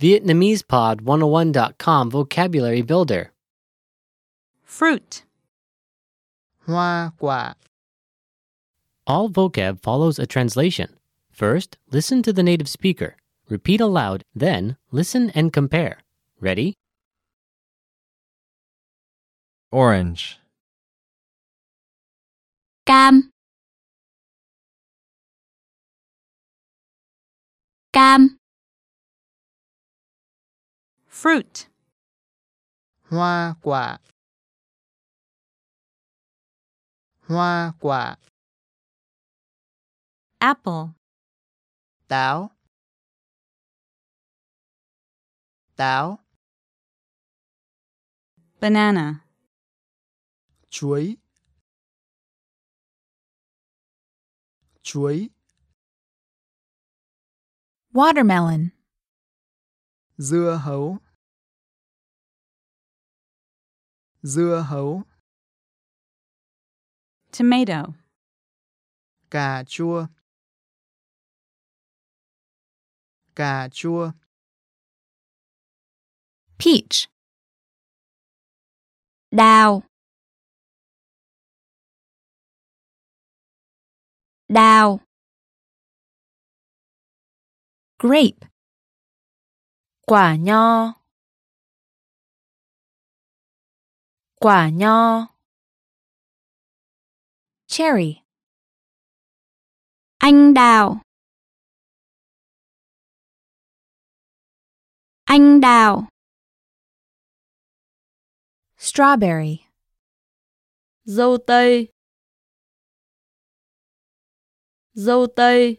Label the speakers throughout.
Speaker 1: VietnamesePod101.com Vocabulary Builder.
Speaker 2: fruit,
Speaker 3: hoa quả
Speaker 1: All vocab follows a translation. First, listen to the native speaker. Repeat aloud, then, listen and compare. Ready?
Speaker 4: orange,
Speaker 5: cam cam
Speaker 2: fruit,
Speaker 3: hoa quả hoa quả
Speaker 2: apple,
Speaker 3: táo táo
Speaker 2: banana,
Speaker 3: chuối chuối
Speaker 2: watermelon,
Speaker 3: dưa hấu dưa hấu
Speaker 2: tomato,
Speaker 3: cà chua cà chua
Speaker 2: peach,
Speaker 5: đào đào
Speaker 2: grape,
Speaker 6: quả nho quả nho
Speaker 2: cherry,
Speaker 5: anh đào anh đào
Speaker 2: strawberry,
Speaker 6: dâu tây dâu tây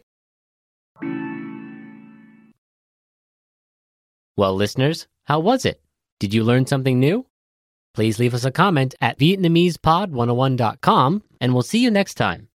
Speaker 1: Well, listeners, how was it? Did you learn something new? oh Please leave us a comment at VietnamesePod101.com, and we'll see you next time.